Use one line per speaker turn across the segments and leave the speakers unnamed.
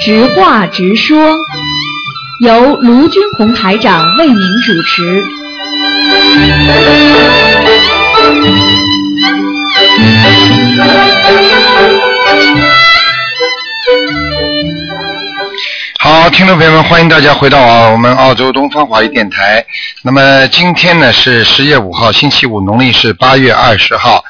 直话直说，由卢军红台长为您主持。
好，听众朋友们，欢迎大家回到啊我们澳洲东方华语电台。那么今天呢是十月五号，星期五，农历是八月二十号。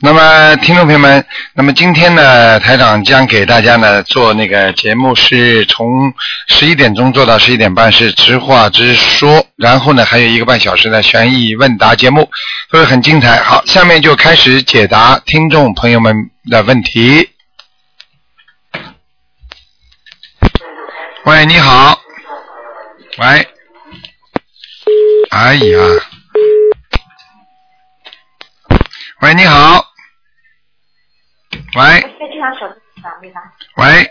那么听众朋友们，那么今天呢，台长将给大家呢做那个节目，是从十一点钟做到十一点半，是直话直说。然后呢，还有一个半小时的悬疑问答节目，都是很精彩。好，下面就开始解答听众朋友们的问题。喂，你好。喂。哎呀。喂，你好。喂
在哎这场手术上，对吧？
喂，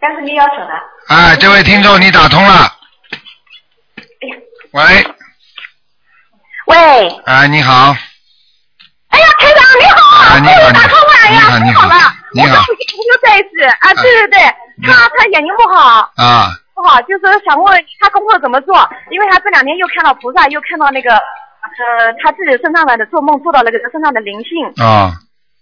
但是你要手呢？
啊，这位听众你打通了。
哎
喂，
喂，
啊，你好，
哎呀，台长你好，哎
啊，你好，
打通了
你好，
呀，
你
太好了
好，，你
我
好
刚，就在一次啊，对对对，他他眼睛不好。
啊，
不好，就是想问他功课怎么做，因为他这两天又看到菩萨，又看到那个，呃，他自己身上的做梦做到那个身上的灵性，
啊，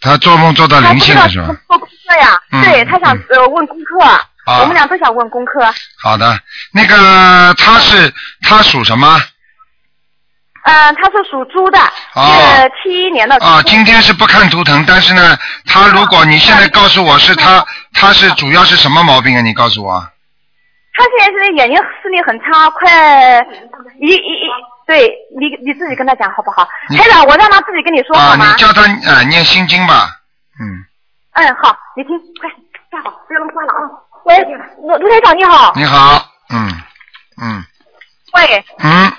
他做梦做到
他
啊灵
不知
性
道
了是
怎么
吧？
做功课呀，
嗯
对他想
嗯
呃问功课，
啊
我们俩都想问功课，
好的，那个他是他属什么？啊
嗯，他是属猪的，
哦
是七一年的猪，
啊，今天是不看图腾，但是呢，他如果你现在告诉我是他，他是主要是什么毛病啊？你告诉我。
他现在是眼睛视力很差，快
嗯
一一一，对你你自己跟他讲好不好？
你
台长，我让他自己跟你说
嗯啊，
好吗
你？叫他啊念心经吧，嗯，
嗯，好，你听，快站好，不要那么挂了啊。喂，卢卢台长你好，
你好，嗯，嗯，
喂，
嗯，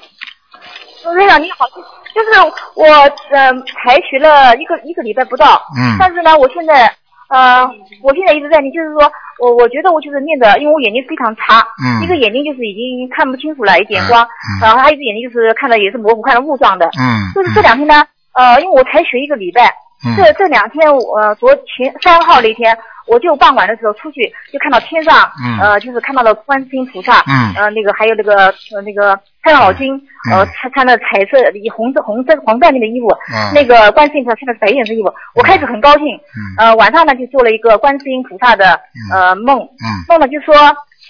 卢台长你好，就是我嗯、才学了一个一个礼拜不到，
嗯
但是呢，我现在呃，我现在一直在念，就是说我我觉得我就是念的，因为我眼睛非常差，
嗯
一个眼睛就是已经看不清楚了，一点光，
嗯
然后还有一只眼睛就是看的也是模糊，看的雾状的，
嗯，
就是这两天呢，呃，因为我才学一个礼拜，
嗯
这这两天我呃，昨前三号那天，我就傍晚的时候出去，就看到天上，
嗯
呃，就是看到了观世音菩萨，
嗯
呃，那个还有那个呃那个太上老君，
嗯
呃，他穿的彩色以红色红色黄缎面的衣服，
嗯
那个观世音菩萨穿的是白颜色衣服，我开始很高兴，
嗯
呃，晚上呢就做了一个观世音菩萨的呃梦，
嗯
梦呢就说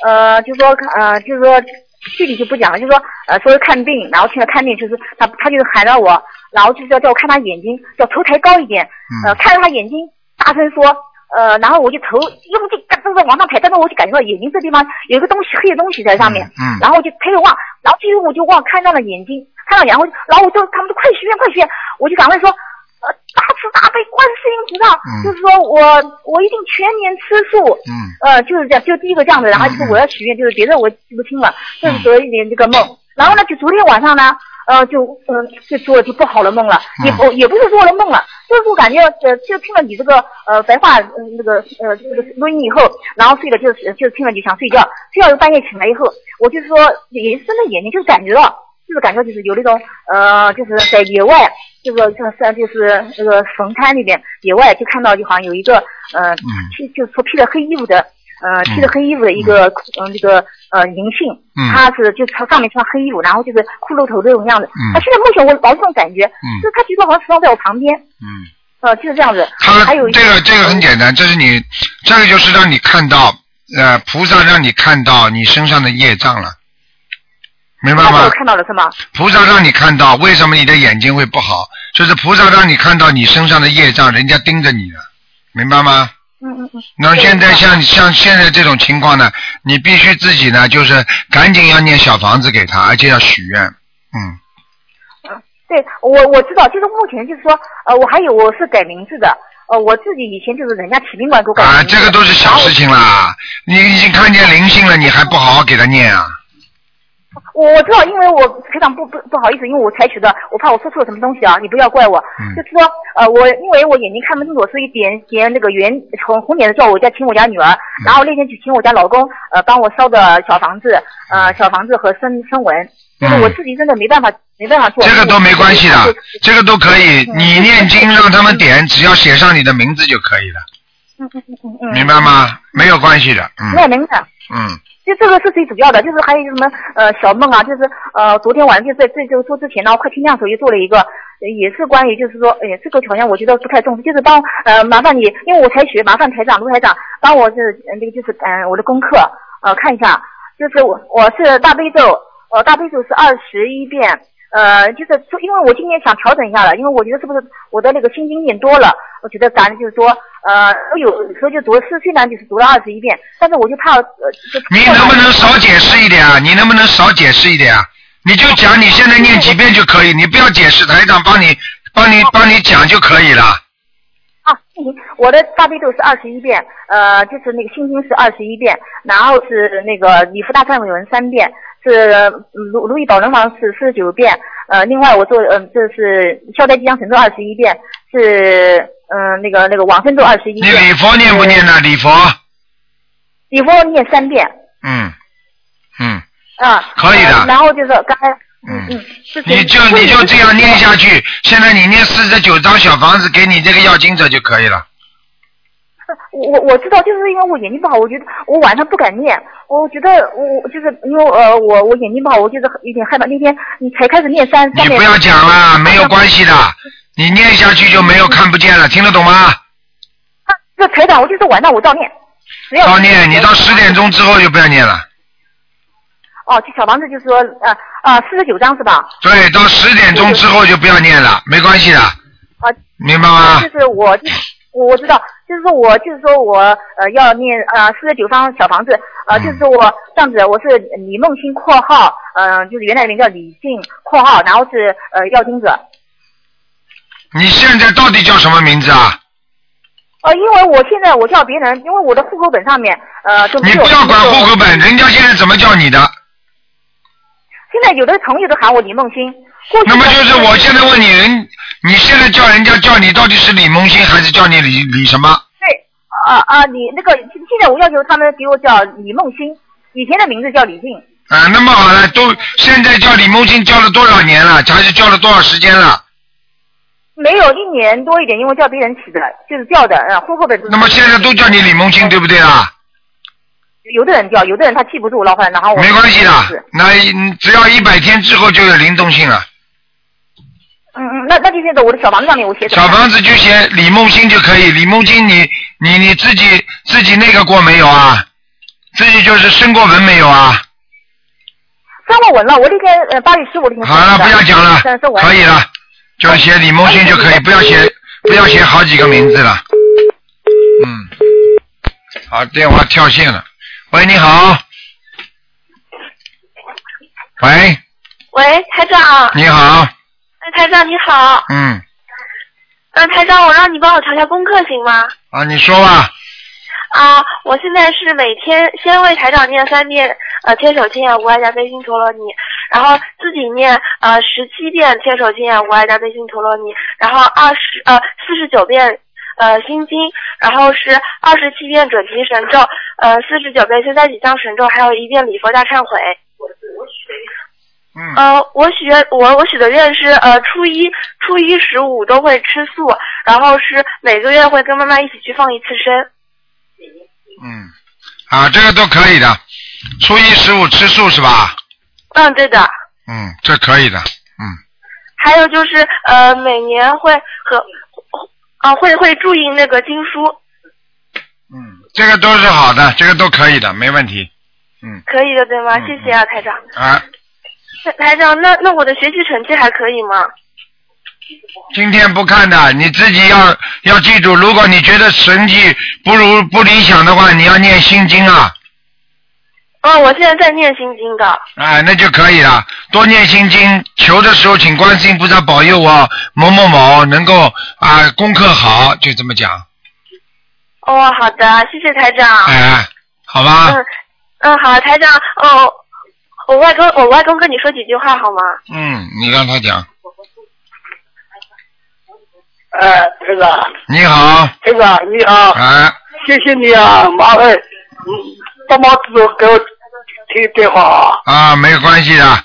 呃就说呃就是说具体就不讲了，就说呃说是看病，然后去了看病，就是他他就是喊到我，然后就是要叫我看他眼睛，叫头抬高一点，呃
嗯
看着他眼睛，大声说。呃，然后我就头用劲，嘎噔噔往上抬，但是我就感觉到眼睛这地方有一个东西，黑的东西在上面，
嗯嗯
然后我就抬头望，然后最后我就望看到了眼睛，看到眼，后，然后我就他们就快许愿，快许愿，我就赶快说，呃，大慈大悲观世音菩萨，
嗯
就是说我我一定全年吃素，
嗯
呃，就是这样，就第一个这样子，然后就是我要许愿，就是别的我记不清了，就是得一点这个梦。然后呢，就昨天晚上呢，呃，就嗯、就做就不好的梦了，也不也不是做了梦了，就是我感觉呃，就听了你这个呃白话呃那个呃这个录音以后，然后睡了就就听了就想睡觉，睡觉半夜醒来以后，我就是说也睁着眼睛就是感觉到，就是感觉就是有那种呃就是在野外。这个这个就是那个坟滩里边，野外就看到就好像有一个呃
嗯
披就是说披着黑衣服的，呃，披着
嗯
黑衣服的一个嗯、这个呃银杏，
嗯
他是就穿上面穿黑衣服，然后就是骷髅头这种样子。
嗯
他现在目前我老有这种感觉，就
嗯
是他觉得好像始终在我旁边，
嗯。
呃，就是这样子。
他
还有一
这个这个很简单，这是你这个就是让你看到，呃，菩萨让你看到你身上的业障了，明白
他被我
吗？
看到了是吗？
菩萨让你看到为什么你的眼睛会不好，就是菩萨让你看到你身上的业障，人家盯着你了，明白吗？
嗯嗯嗯。
那
对
现在
明白
像像现在这种情况呢，你必须自己呢，就是赶紧要念小房子给他，而且要许愿，嗯
对，我我知道，就是目前就是说，呃，我还有我是改名字的，呃，我自己以前就是人家起宾馆给我改名字
啊，这个都是小事情啦，你已经看见灵性了，你还不好好给他念啊？
我我知道，因为我台长不不不好意思，因为我采取的，我怕我说错了什么东西啊，你不要怪我。
嗯
就是说，呃，我因为我眼睛看不清楚，所以点点那个圆红红点的叫我家请我家女儿，
嗯
然后那天就请我家老公呃帮我烧的小房子，
嗯
呃小房子和生生文，就是我自己真的没办法没办法做。
这个都没关系的，这个都可以。
嗯
你念经让他们点，只要写上你的名字就可以了。
嗯嗯嗯嗯嗯，
明白吗？没有关系的，嗯
那明白。
嗯，
就这个是最主要的，就是还有一个什么呃小梦啊，就是呃昨天晚上就在这就做之前呢，快天亮的时候又做了一个，呃也是关于就是说，哎呀这个好像我觉得不太重视，就是帮呃麻烦你，因为我才学，麻烦台长卢台长帮我就是呃那个就是嗯、呃我的功课呃看一下，就是我我是大悲咒，呃大悲咒是二十一遍。呃，就是说，因为我今年想调整一下了，因为我觉得是不是我的那个心经念多了，我觉得感觉就是说，呃，有时候就读了，是虽然就是读了二十一遍，但是我就怕，呃，就
你能不能少解释一点啊？你能不能少解释一点啊？你就讲你现在念几遍就可以，你不要解释，台长帮你帮你帮你讲就可以了。
啊，行，我的大悲咒是二十一遍，呃，就是那个心经是二十一遍，然后是那个礼佛大忏悔文三遍，是如如意宝轮王是四十九遍，呃，另外我做嗯、这是消灾吉祥神咒二十一遍，是嗯、呃那个那个往生咒二十一
你礼
遍，
佛念不念呢？
嗯
礼佛，
礼佛念三遍，
嗯嗯
啊，
可以的
呃然后就是刚才
嗯，
嗯，之前
你就你就这样念下去。现在你念四十九张小房子给你这个要经者就可以了。
我我知道，就是因为我眼睛不好，我觉得我晚上不敢念，我觉得我我就是因为呃我我眼睛不好，我就是有点害怕。那天你才开始念三三
你
遍，
不要讲了，没有关系的，你念下去就没有看不见了，听得懂吗？
啊这台长，我就说晚上我照念，只要
要念，你到十点钟之后就不要念了。
哦，这小房子就是说呃啊四十九章是吧？
对，到十点钟之后就不要念了，没关系的，
啊，
明白吗？
就是我我我知道，就是说我就是说我呃要念呃四十九方小房子，呃
嗯
就是说我这样子，我是李梦欣（括号嗯、呃就是原来名叫李静（括号），然后是呃要经者。
你现在到底叫什么名字啊？
呃，因为我现在我叫别人，因为我的户口本上面呃都没
你
有。
不要管户口本，人家现在怎么叫你的，
现在有的朋友都喊我李梦欣，过去
那么就是我现在问你，人你现在叫人家叫你到底是李梦欣还是叫你李李什么？
对啊啊，你那个现现在我要求他们给我叫李梦欣，以前的名字叫李静，
啊，那么好了，都现在叫李梦欣叫了多少年了？还是叫了多少时间了？
没有一年多一点，因为叫别人起的，就是叫的，呃，户口本。
那么现在都叫你李梦欣，对不啊对啦？
有的人叫，有的人他记不住，老板，然哦后我
没关系
是
的，那一嗯只要一百天之后就有灵动性了。
嗯嗯，那那就现在我的小房子上面我写什么？
小房子就写李梦欣就可以。李梦欣你，你你自己自己那个过没有啊？自己就是申过文没有啊？
三过文了，我那天呃八月十五那天
好了，不要讲了
但是我，嗯
可以了，就写李梦欣就可以，不要写不要写好几个名字了。嗯，好，电话跳线了。喂，你好。喂，
喂，台长，
你好，
哎，台长你好，
嗯，
嗯，台长，我让你帮我调调功课行吗？
啊，你说吧，
啊，我现在是每天先为台长念三遍，呃，天手千眼无碍加悲心陀罗尼，然后自己念呃十七遍天手千眼无碍加悲心陀罗尼，然后二十呃四十九遍呃心经，然后是二十七遍准提神咒，呃四十九遍现在几藏神咒，还有一遍礼佛大忏悔。
嗯，
呃，我许愿，我我许的愿是，呃，初一、初一十五都会吃素，然后是每个月会跟妈妈一起去放一次生。
嗯，啊，这个都可以的。初一十五吃素是吧？
嗯，对的。
嗯，这可以的，嗯，
还有就是，呃，每年会和，啊、会会注意那个经书，
这个都是好的，这个都可以的，没问题。嗯
可以的，对吗？
嗯
谢谢啊，台长。
啊，
台台长，那那我的学习成绩还可以吗？
今天不看的，你自己要要记住，如果你觉得成绩不如不理想的话，你要念心经啊，
嗯，我现在在念心经的。
啊，那就可以了。多念心经，求的时候请观世音菩萨保佑我某某某能够啊功课好，就这么讲，
哦，好的，谢谢台长。
哎、啊好吧？
嗯嗯，好，台长，哦，我外公，我外公跟你说几句话好吗？
嗯，你让他讲。
哎，台长，
你好，
台长你好，
哎，
谢谢你啊，麻烦，嗯，帮忙给我听电话啊。
啊，没有关系的，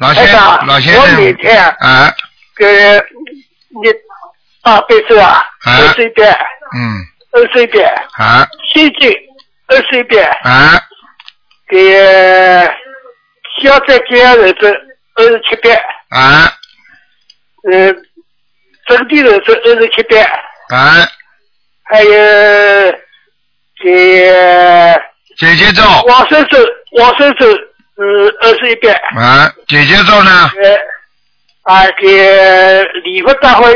老
台
先
长，
老先
哎我每
生，
天
哎，
给你大悲咒啊，
啊
我这边
嗯，
二十一遍，
啊
心经二十一遍，
啊
给消灾吉祥人咒二十七遍，
啊
嗯，整地人咒二十七遍，
啊！
还有给
姐姐咒
往生咒往生咒嗯二十一遍，
啊，姐姐咒呢？
呃啊给礼佛大会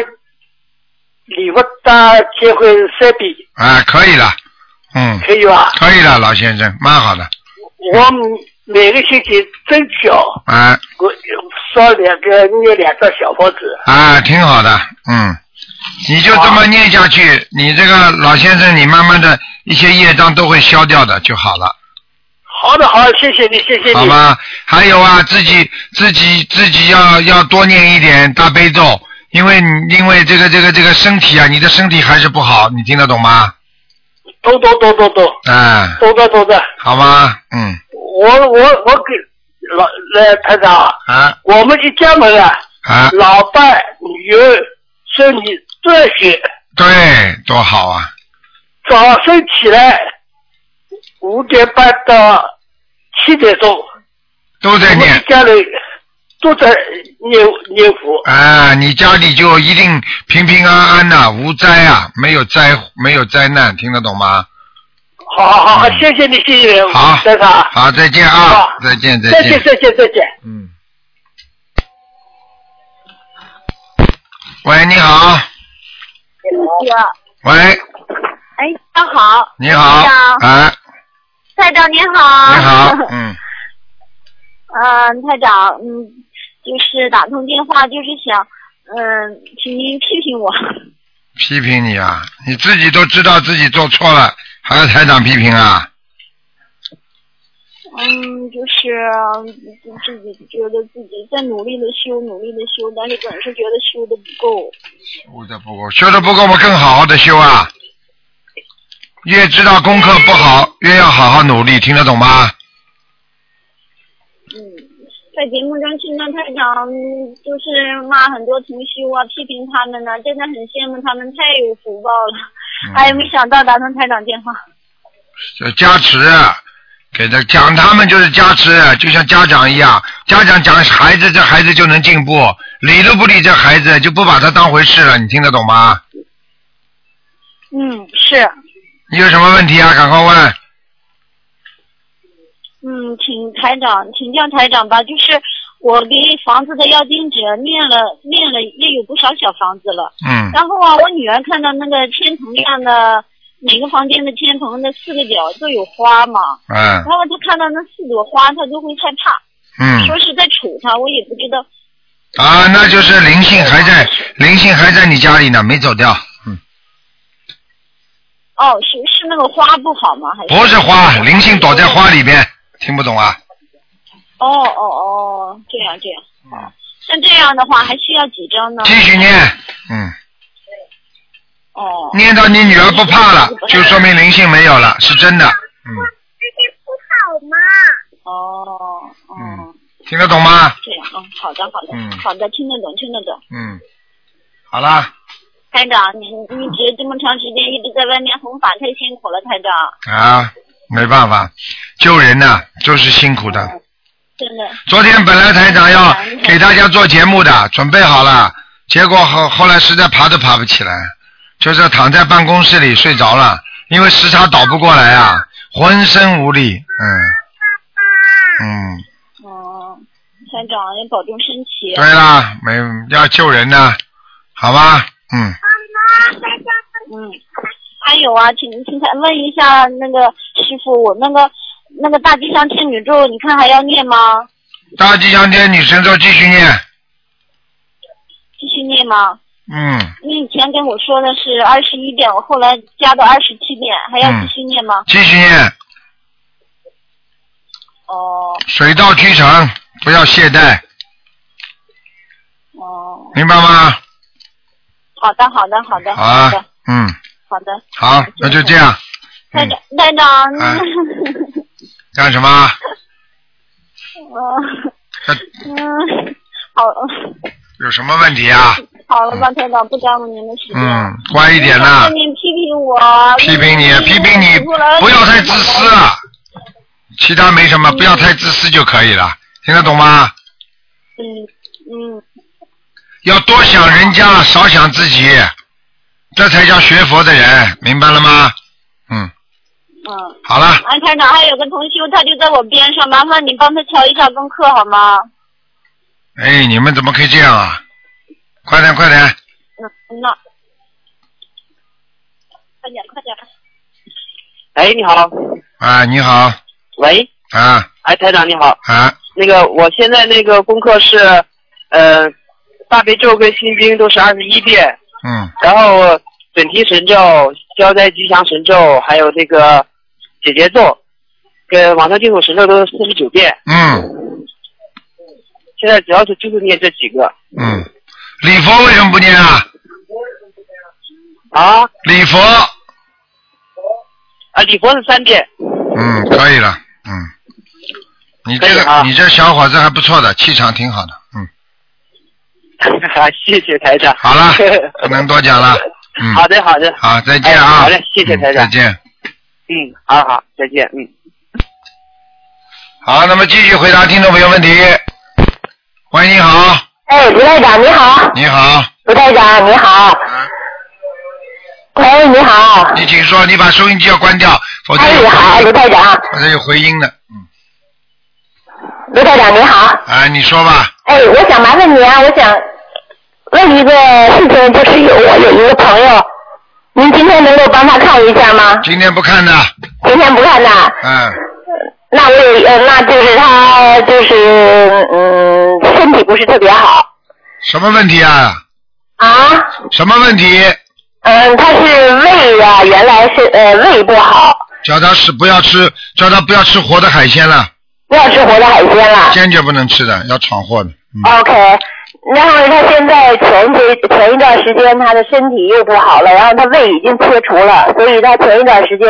礼佛大结婚三遍
啊，可以了，嗯，
可以吧？
可以了，老先生，蛮好的
我每个星期争取哦，
啊
我烧两个念两个小房子。
啊，挺好的，嗯，你就这么念下去，你这个老先生，你慢慢的一些业障都会消掉的就好了。
好的，好的，谢谢你，谢谢你。
好吗？还有啊，自己自己自己要要多念一点大悲咒，因为你因为这个这个这个身体啊，你的身体还是不好，你听得懂吗？
懂懂懂懂懂
哎、
懂的懂的。
好吗？嗯，
我我我给老来团长，
啊
我们一家门啊，
啊，
老伴、女儿、孙女这些，
对，多好啊！
早上起来五点半到七点钟，
都在
我们一
念。
家人都在念念佛。
啊，你家里就一定平平安安呐、无灾啊，没有灾，没有灾难，听得懂吗？
好好好，好，谢谢你，谢谢你，
好
团长。
好，再见啊
好，
再见，
再见，再见，再见。
嗯。喂，你好。喂，
哎，大家好，
你好
台长，
哎，
台长您好。
你 好，嗯，
嗯，台长，嗯，就是打通电话，就是想，嗯，请您批评我。
批评你啊，你自己都知道自己做错了，还要台长批评啊？
嗯，就是嗯自己觉得自己在努力的修，努力的修，但是总是觉得修的不够。
修的不够，修的不够，我更好好的修啊。越知道功课不好，越要好好努力，听得懂吗？
嗯，在节目中听到台长嗯就是骂很多同修啊，批评他们呢、真的很羡慕他们，太有福报了。
嗯
哎，没想到打通台长电话。
就加持，啊给他讲他们就是加持，就像家长一样，家长讲孩子，这孩子就能进步，理都不理这孩子，就不把他当回事了，你听得懂吗？
嗯，是，
你有什么问题啊？赶快问。
嗯，请台长，请教台长吧。就是我给房子的要经者念了念了也有不少小房子了。
嗯
然后啊，我女儿看到那个天棚上的每个房间的天棚的四个角都有花嘛，
嗯
然后她看到那四朵花，她就会害怕，
嗯
说是在杵她，我也不知道。
啊，那就是灵性还在，灵性还在你家里呢，没走掉。嗯，
哦，是是那个花不好吗？还是
不是花，灵性躲在花里边，听不懂啊？
哦哦哦，这样这样。哦，像这样的话还需要几张呢？
继续念，嗯，
哦，
念到你女儿不怕了，就说明灵性没有了，是真的。嗯，
哦哦。
嗯听得懂吗？
这样啊，好的，好的，
嗯
好的，听得懂，听得懂。
嗯，好啦，
台长，你一直这么长时间一直在外面弘法，太辛苦了，台长，
啊，没办法，救人呐、就是辛苦的。
真的。
昨天本来台长要给大家做节目的，准备好了，结果后后来实在爬都爬不起来，就是躺在办公室里睡着了，因为时差倒不过来啊，浑身无力，嗯，嗯，
嗯，台长要保重身体。
对啦，没要救人呐、好吧，嗯，
嗯，还有啊，请请台问一下那个师傅，我那个那个大吉祥天女咒，你看还要念吗？
大吉祥天女神咒继续念，
继续念吗？
嗯，
你以前跟我说的是二十一遍，我后来加到二十七遍，还要继续念吗？
继续念，
哦
水到渠成，不要懈怠，
哦，
明白吗？
好的，好的，好的，
好啊
好的，，
嗯，
好的。
好，那就这样，
台
嗯，
长，台长，
啊干什么？哎
哦
那
嗯嗯，好了，
有什么问题啊？
好了吧，台长，不耽误您的时间。
嗯，乖一点啦
跟。您批
评我，嗯
批评你，啊批评你
我老，
不要太自私了，其他没什么，不要太自私就可以了，听得懂吗？
嗯嗯，
要多想人家，少想自己，这才叫学佛的人，明白了吗？嗯，
嗯，
好了，
安台长还有个同修，他就在我边上，麻烦你帮他调一下功课好吗？
哎，你们怎么可以这样啊？快点，快点，
嗯，那快点快点，
哎，你好，
啊，你好，
喂，
啊
哎，台长你好，
啊，
那个我现在那个功课是，呃，大悲咒跟心经都是二十一遍，
嗯
然后准提神咒、消灾吉祥神咒，还有这个解结咒，跟往生净土神咒都是四十九遍。
嗯
现在主要是就是念这几个
嗯，礼佛为什么不念啊？
啊
礼佛，
啊，礼佛是三遍，
嗯，可以了，嗯，你这
可以啊
个你这小伙子还不错的，气场挺好的，嗯，
啊，谢谢台长。
好 了，不能多讲了，嗯，
好的好的，
好，再见
哎
啊，
好嘞谢谢
嗯
台长
再见。
嗯，好好，再见，嗯。
好，那么继续回答听众朋友问题。喂，你好，
哎，卢台长你好，
你好，
卢台长你好，喂你好，
你请说，你把收音机要关掉，否则
哎你
有
好，卢台长，
否则有回音的，嗯，
卢台长你好，
哎，你说吧，
哎，我想麻烦你啊，我想问一个事情，就是有我有一个朋友，您今天能够帮他看一下吗？
今天不看的，
今天不看的，
嗯，
那我有呃，那就是他就是嗯，身体不是特别好
什么问题啊？
啊，
什么问题？
嗯，他是胃啊，原来是呃胃不好，
叫他是不要吃，叫他不要吃活的海鲜了，
不要吃活的海鲜了。
坚决不能吃的，要闯祸的，嗯。
OK，然后他现在前些前一段时间他的身体又不好了，然后他胃已经切除了，所以他前一段时间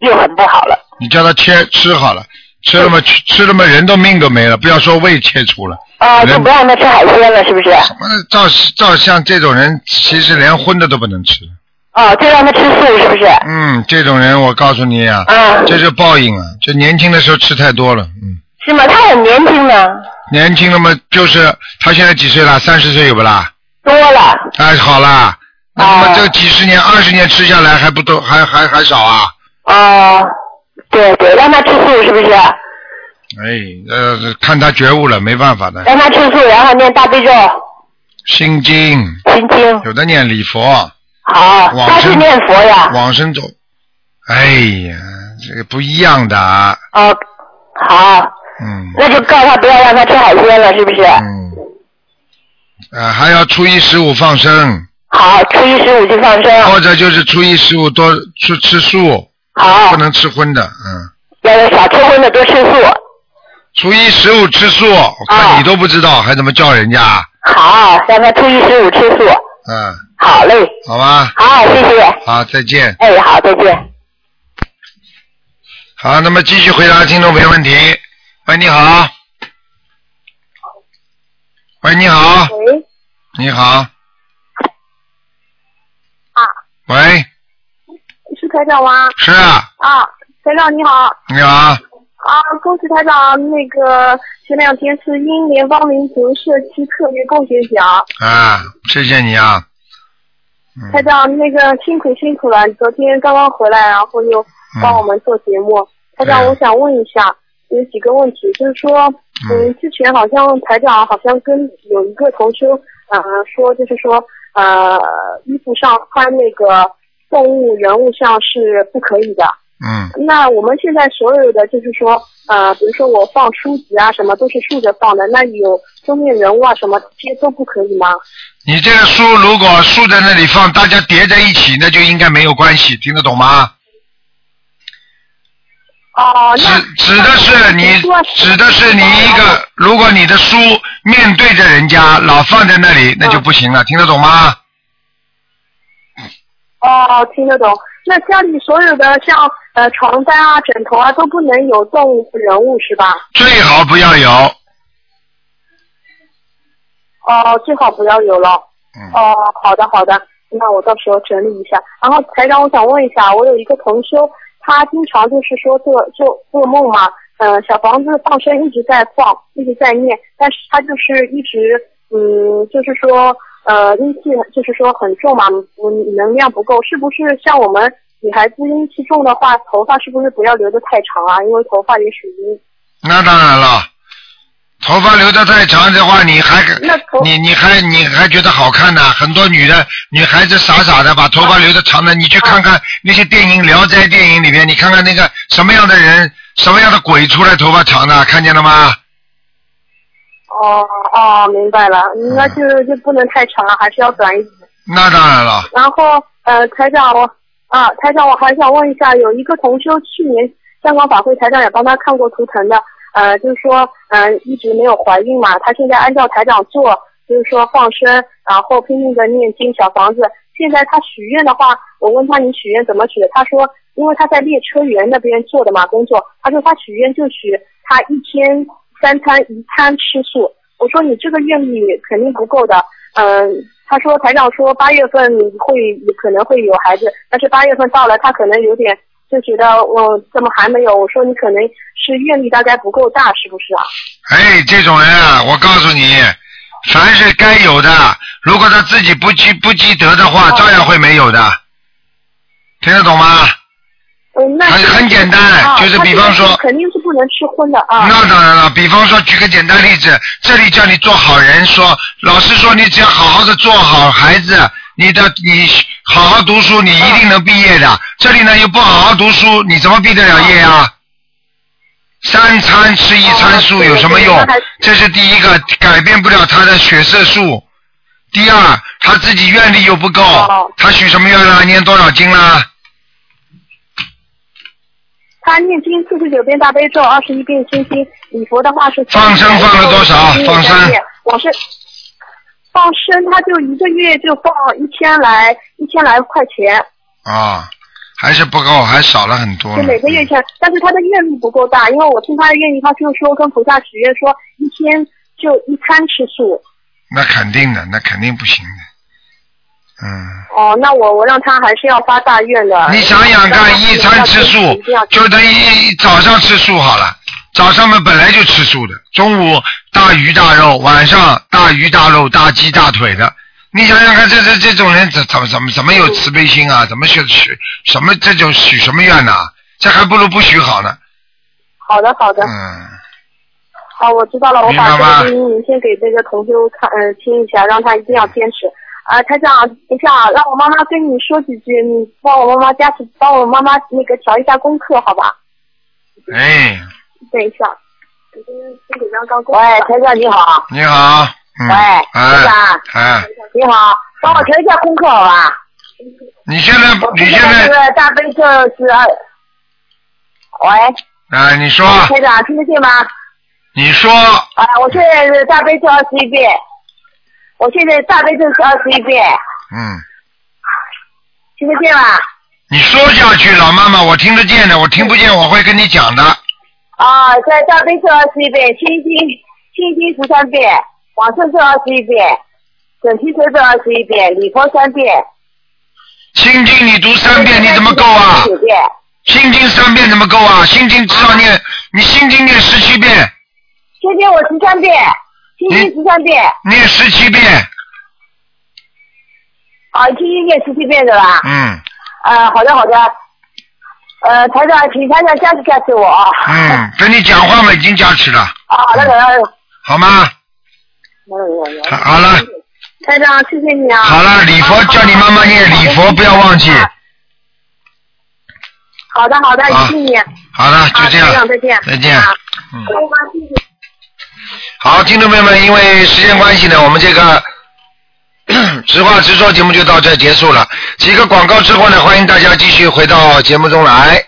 又很不好了。
你叫他切吃好了，吃了嘛吃吃了嘛人都命都没了，不要说胃切除了，
啊、
人
就不让他吃海鲜了，是不是？
什么照照像这种人，其实连荤的都不能吃。
哦，就让他吃素，是不是？
嗯，这种人我告诉你啊，
嗯，
这是报应啊！就年轻的时候吃太多了，嗯，
是吗？他很年轻呢，
年轻了嘛，就是他现在几岁了？三十岁有不啦？
多了。
哎，好啦，那
哦
么这几十年、二十年吃下来还不多，还还还少啊？
哦、对对，让他吃素，是不是？
哎，呃，看他觉悟了，没办法的。
让他吃素，然后念大悲咒、
心经，
心经。
有的念礼佛，
好，
往
他是
生
念佛呀。
往生咒。哎呀，这个不一样的啊，
哦，好，
嗯
那就告诉他不要让他吃海鲜了，是不是？
嗯，呃，还要初一十五放生，
好，初一十五去放生。
或者就是初一十五多吃吃素，
好
不，能吃荤的，嗯。
要少吃荤的，多吃素。
初一十五吃素，我
啊
看你都不知道，还怎么叫人家？
好，让他初一十五吃素。
嗯，
好嘞，
好吧，
好，谢谢。
好，再见。
哎，好，再见。
好，那么继续回答听众朋友问题。喂，你好。喂，你好。
喂，
你好。
啊。
喂，
是台长吗？
是啊，
啊，台长你好，
你好，
啊，恭喜台长，那个前两天是英联邦民族社区特别贡献奖，
啊，谢谢你啊。嗯
台长那个辛苦辛苦了，昨天刚刚回来，然后又帮我们做节目。台长，
对
我想问一下，有几个问题，就是说，
嗯
嗯，之前好像台长好像跟有一个同修，呃，说就是说，呃，衣服上穿那个动物人物像是不可以的。
嗯
那我们现在所有的就是说，呃，比如说我放书籍啊什么都是竖着放的，那有封面人物啊什么这些都不可以吗？
你这个书如果竖在那里放，大家叠在一起，那就应该没有关系，听得懂吗？
哦、那
指指的是你
那，
指的是你一个，如果你的书面对着人家，老放在那里，那就不行了，听得懂吗？
哦，听得懂。那家里所有的像呃床单啊、枕头啊都不能有动物人物是吧？
最好不要有，
哦，最好不要有了。
嗯
哦，好的好的。那我到时候整理一下。然后台长，我想问一下，我有一个同修，他经常就是说做做做梦嘛，呃，小房子放生一直在放，一直在念，但是他就是一直嗯，就是说呃阴气就是说很重嘛，嗯，能量不够，是不是像我们女孩子阴气重的话，头发是不是不要留得太长啊？因为头发也属于
那当然了，头发留得太长的话，你还
那头
你你还你还觉得好看呢、很多女的女孩子傻傻
啊
的把头发留得长的，你去看看那些电影《聊斋》电影里面，你看看那个什么样的人，什么样的鬼出来头发长的，看见了吗？
哦哦，明白了，那就就不能太长了，啊还是要短一点。
那当然了，
然后呃，台长我啊，台长我还想问一下，有一个同修去年香港法会台长也帮他看过图腾的，呃，就是说呃一直没有怀孕嘛，他现在按照台长做，就是说放生，然后拼命的念经小房子。现在他许愿的话，我问他你许愿怎么许的，他说因为他在列车员那边做的嘛工作，他说他许愿就许他一天三餐一餐吃素。我说你这个愿力肯定不够的，嗯，他说台长说八月份会可能会有孩子，但是八月份到了，他可能有点就觉得我、怎么还没有？我说你可能是愿力大概不够大，是不是啊？
哎，这种人啊，我告诉你，凡是该有的，如果他自己不积不积德的
啊
话，照样会没有的，听得懂吗？
嗯，那
很
是
很简单
啊、
就是
他
比
这个
方说
肯定是不能吃荤的啊。
那当然了，比方说举个简单例子，这里叫你做好人，说老师说你只要好好的做好孩子，你的你好好读书，你一定能毕业的。这里呢又不好好读书，你怎么毕得了业呀、三餐吃一餐素有什么用
哦对？
这是第一个，改变不了他的血色素。第二，他自己愿力又不够
哦，
他许什么愿啦？念多少经啦？
他念经四十九遍大悲咒，二十一遍心经，礼佛的话是
放生放了多少放生
我是放生，他就一个月就放一千来一千来块钱，
啊，还是不够，还少了很多
就
呢。
每个月一
嗯
千，但是他的愿力不够大，因为我听他的愿力，他就说跟菩萨许愿说一天就一餐吃素。
那肯定的，那肯定不行的。嗯，
哦，那我我让他还是要发大愿
啊
的。
你想想看，一餐吃素
一定要，
就等于早上吃素好了。早上嘛本来就吃素的，中午大鱼大肉，晚上大鱼大肉、大鸡大腿的。你想想看，这这这种人怎怎么怎么怎么有慈悲心啊？怎么许许什么这就许什么愿呐、这还不如不许好呢。
好的好的，
嗯，
好，我知道了，我
明白
把
吗
这个录音先给这个同修看，嗯、听一下，让他一定要坚持。啊，台长，等一下啊，让我妈妈跟你说几句，你帮我妈妈加持，帮我妈妈那个调一下功课，好吧？
哎，
等一下，嗯先给张刚过
喂，台长你好，
你好，嗯，
喂
哎，
台长
哎，
你好，帮我调一下功课好吧？
你现在
我
你现在
这个大悲咒是二。喂，
啊，你说
台长听得见吗？
啊
你说
啊，我现在是大悲咒二十一遍，我现在大悲咒是二十一遍，
嗯，
听得见吗？
你说下去，老妈妈，我听得见的，我听不见，我会跟你讲的。
啊，在大悲咒二十一遍，心经心经十三遍，往生咒二十一遍，准提咒咒二十一遍，礼佛三遍。
心经你读三遍，你怎么够啊？
九遍。
心经三遍怎么够啊？心经至少念，你心经念十七遍，
今天我十三遍，今天十三遍，
念十七遍，
啊，今天念十七遍的吧？
嗯
啊，好的好的。呃，台长，请台长加持加持我啊。
嗯，跟你讲话嘛，已经加持了，
啊，好的好的好的。
好吗？
哎
好好了，
台长，谢谢你啊。
好了，礼佛叫你妈妈念礼佛，不要忘记。
好的好的，
啊
谢谢你。
好了，就这样
啊台长再见，
再见
啊
嗯。好，听众朋友们，因为时间关系呢，我们这个 直话直说节目就到这儿结束了。几个广告之后呢，欢迎大家继续回到节目中来。